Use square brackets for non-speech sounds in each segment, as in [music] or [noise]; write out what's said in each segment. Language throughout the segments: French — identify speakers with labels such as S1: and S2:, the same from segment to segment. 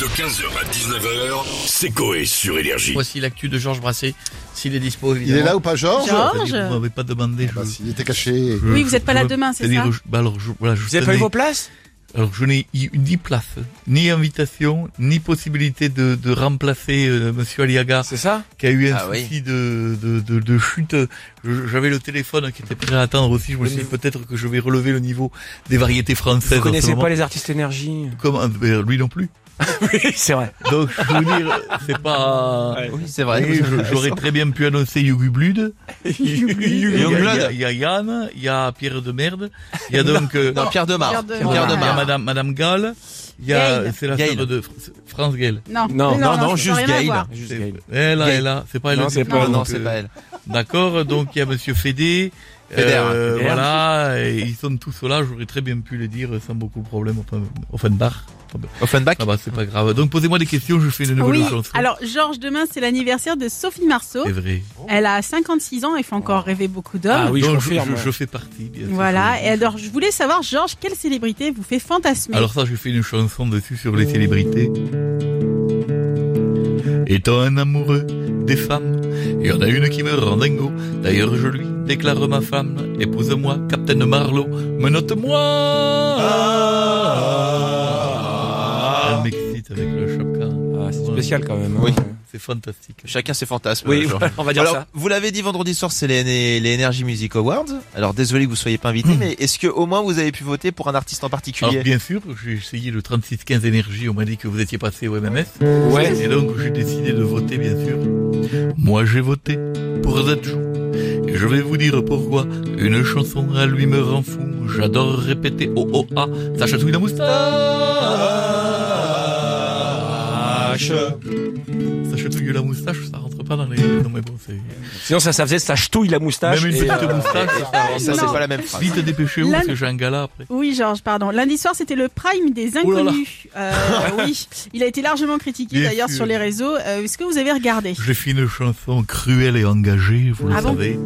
S1: De 15h à 19h, c'est Coé sur Énergie.
S2: Voici l'actu de Georges Brassé, s'il est dispo
S3: Il
S2: évidemment. Ah
S3: est là ou pas, Georges
S4: Georges
S2: Vous m'avez pas demandé. je-
S3: Bah, S'il était caché.
S4: Oui, vous êtes pas là
S2: Euh, je-
S4: demain, c'est
S2: c'est-à-dire,
S4: ça
S2: je- bah, alors, je, voilà, je
S5: Vous avez pas eu
S2: tenais-
S5: vos places
S2: Alors je n'ai eu ni place, ni invitation, ni possibilité de, de remplacer euh, Monsieur Aliaga
S5: C'est ça
S2: qui a eu un
S5: Ah oui.
S2: souci de, de, de, de chute. Je- J'avais le téléphone qui était prêt à attendre aussi. Je me
S5: Le
S2: suis dit
S5: niveau-
S2: peut-être que je vais relever le niveau des variétés françaises.
S5: Vous connaissez
S2: en
S5: pas
S2: ce
S5: les artistes énergie
S2: moment. Comme euh, ben, lui non plus.
S5: Oui, c'est [laughs] vrai.
S2: Donc je veux dire, c'est pas.
S5: Oui,
S2: c'est vrai. J'aurais très bien pu annoncer Yugi Blud. Il [laughs] y, a- il y a Yann, il y a Pierre de Merde, il y a donc euh,
S6: Pierre de Mar.
S4: Pierre de
S6: Pierre
S2: il y
S6: de
S2: a
S4: Mar.
S6: Mar.
S2: Madame Madame Gall, il y a
S4: Gail.
S2: c'est la
S6: Gail.
S2: sœur de Fr- France Gall.
S4: Non,
S5: Non,
S4: Mais
S6: non, non,
S4: ça
S6: juste
S4: n'a rien à
S6: Gaël.
S4: voir.
S5: Ah, Juste
S2: C'est-
S5: Gaël.
S2: Elle,
S6: Gail.
S2: elle, là, c'est pas elle.
S5: Non,
S2: du
S5: c'est
S2: tout.
S5: pas elle,
S6: Non,
S2: Donc,
S6: c'est
S2: euh,
S6: pas elle.
S2: D'accord, donc il y a Monsieur Fédé.
S6: Feder.
S2: euh,
S5: Feder.
S2: voilà, et ils sont tous là, j'aurais très bien pu les dire sans beaucoup de problèmes, enfin, Offenbach.
S6: Offenbach.
S2: Ah bah, c'est pas grave. Donc, posez-moi des questions, je fais une nouvelle
S4: Oui,
S2: chanson.
S4: alors Georges, demain c'est l'anniversaire de Sophie Marceau.
S2: C'est vrai.
S4: Elle a 56 ans et fait encore rêver beaucoup d'hommes.
S5: Ah oui, je
S2: Donc,
S5: confirme.
S2: Je, fais partie. bien sûr.
S4: Voilà,
S2: Je-
S4: et alors je voulais savoir, Georges, quelle célébrité vous fait fantasmer
S2: Alors ça, j'ai fait une chanson dessus sur les célébrités. Étant un amoureux des femmes, il y en a une qui me rend dingo. D'ailleurs, je lui déclare ma femme. Épouse-moi, Captain Marlowe, menotte-moi. Elle m'excite avec le chapka.
S5: Ah, c'est spécial quand même.
S6: Oui.
S5: hein.
S2: C'est fantastique.
S6: Chacun ses fantasmes.
S5: Oui,
S6: euh, genre.
S5: voilà, [laughs] on va dire
S6: Alors,
S5: ça.
S6: vous l'avez dit vendredi soir, c'est les, les, les Energy Music Awards. Alors, désolé que vous soyez pas invité, mais est-ce que au moins vous avez pu voter pour un artiste en
S2: Alors
S6: particulier
S2: bien sûr, j'ai essayé le 3615 énergie, on m'a dit que vous étiez passé au MMS.
S5: Ouais.
S2: Et donc j'ai décidé de voter bien sûr. Moi j'ai voté pour Zatou. Et je vais vous dire pourquoi. Une chanson à lui me rend fou. J'adore répéter oh oh ah. Ça chatouille la moustache. Ça chatouille la moustache, ça rentre pas dans les. Non mais bon, c'est.
S5: Sinon, ça, ça faisait ça ch'touille la moustache.
S2: Même une
S5: et,
S2: petite
S5: euh,
S2: moustache.
S6: Ah, Ça, c'est
S4: Non.
S6: pas la même phrase.
S2: Vite dépêchez-vous
S4: Là-
S2: parce que j'ai un gala après.
S4: Oui, Georges, pardon. Lundi soir, c'était le prime des
S2: Oh là là.
S4: inconnus. Euh,
S2: [laughs]
S4: oui, il a été largement critiqué
S2: Bien
S4: d'ailleurs
S2: sûr.
S4: sur les réseaux. Euh, Est-ce que vous avez regardé
S2: J'ai fait une chanson cruelle et engagée, vous le
S4: Ah bon
S2: savez.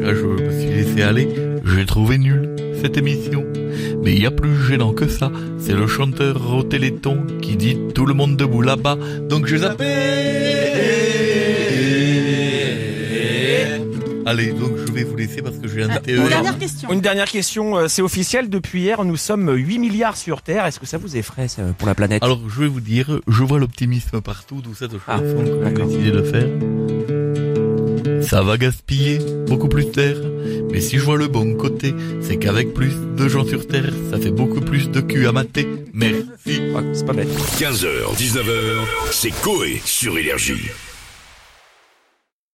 S2: Là, je me suis laissé aller. J'ai trouvé nulle cette émission. Mais il y a plus gênant que ça. C'est le chanteur au Téléthon qui dit tout le monde debout là-bas. Donc j'ai zappé. Allez, donc je vais vous laisser parce que j'ai un
S4: Une
S2: TER.
S4: Ah, dernière question.
S5: Une dernière question, euh, c'est officiel, depuis hier, nous sommes 8 milliards sur Terre. Est-ce que ça vous effraie ça, pour la planète
S2: Alors je vais vous dire, je vois l'optimisme partout, d'où cette
S5: Ah,
S2: chanson que j'ai
S5: d'accord.
S2: décidé de faire. Ça va gaspiller beaucoup plus terre, mais si je vois le bon côté, c'est qu'avec plus de gens sur terre, ça fait beaucoup plus de cul à mater. Merci.
S5: Ouais, C'est pas bête.
S1: 15h, 19h, c'est Coé sur Énergie.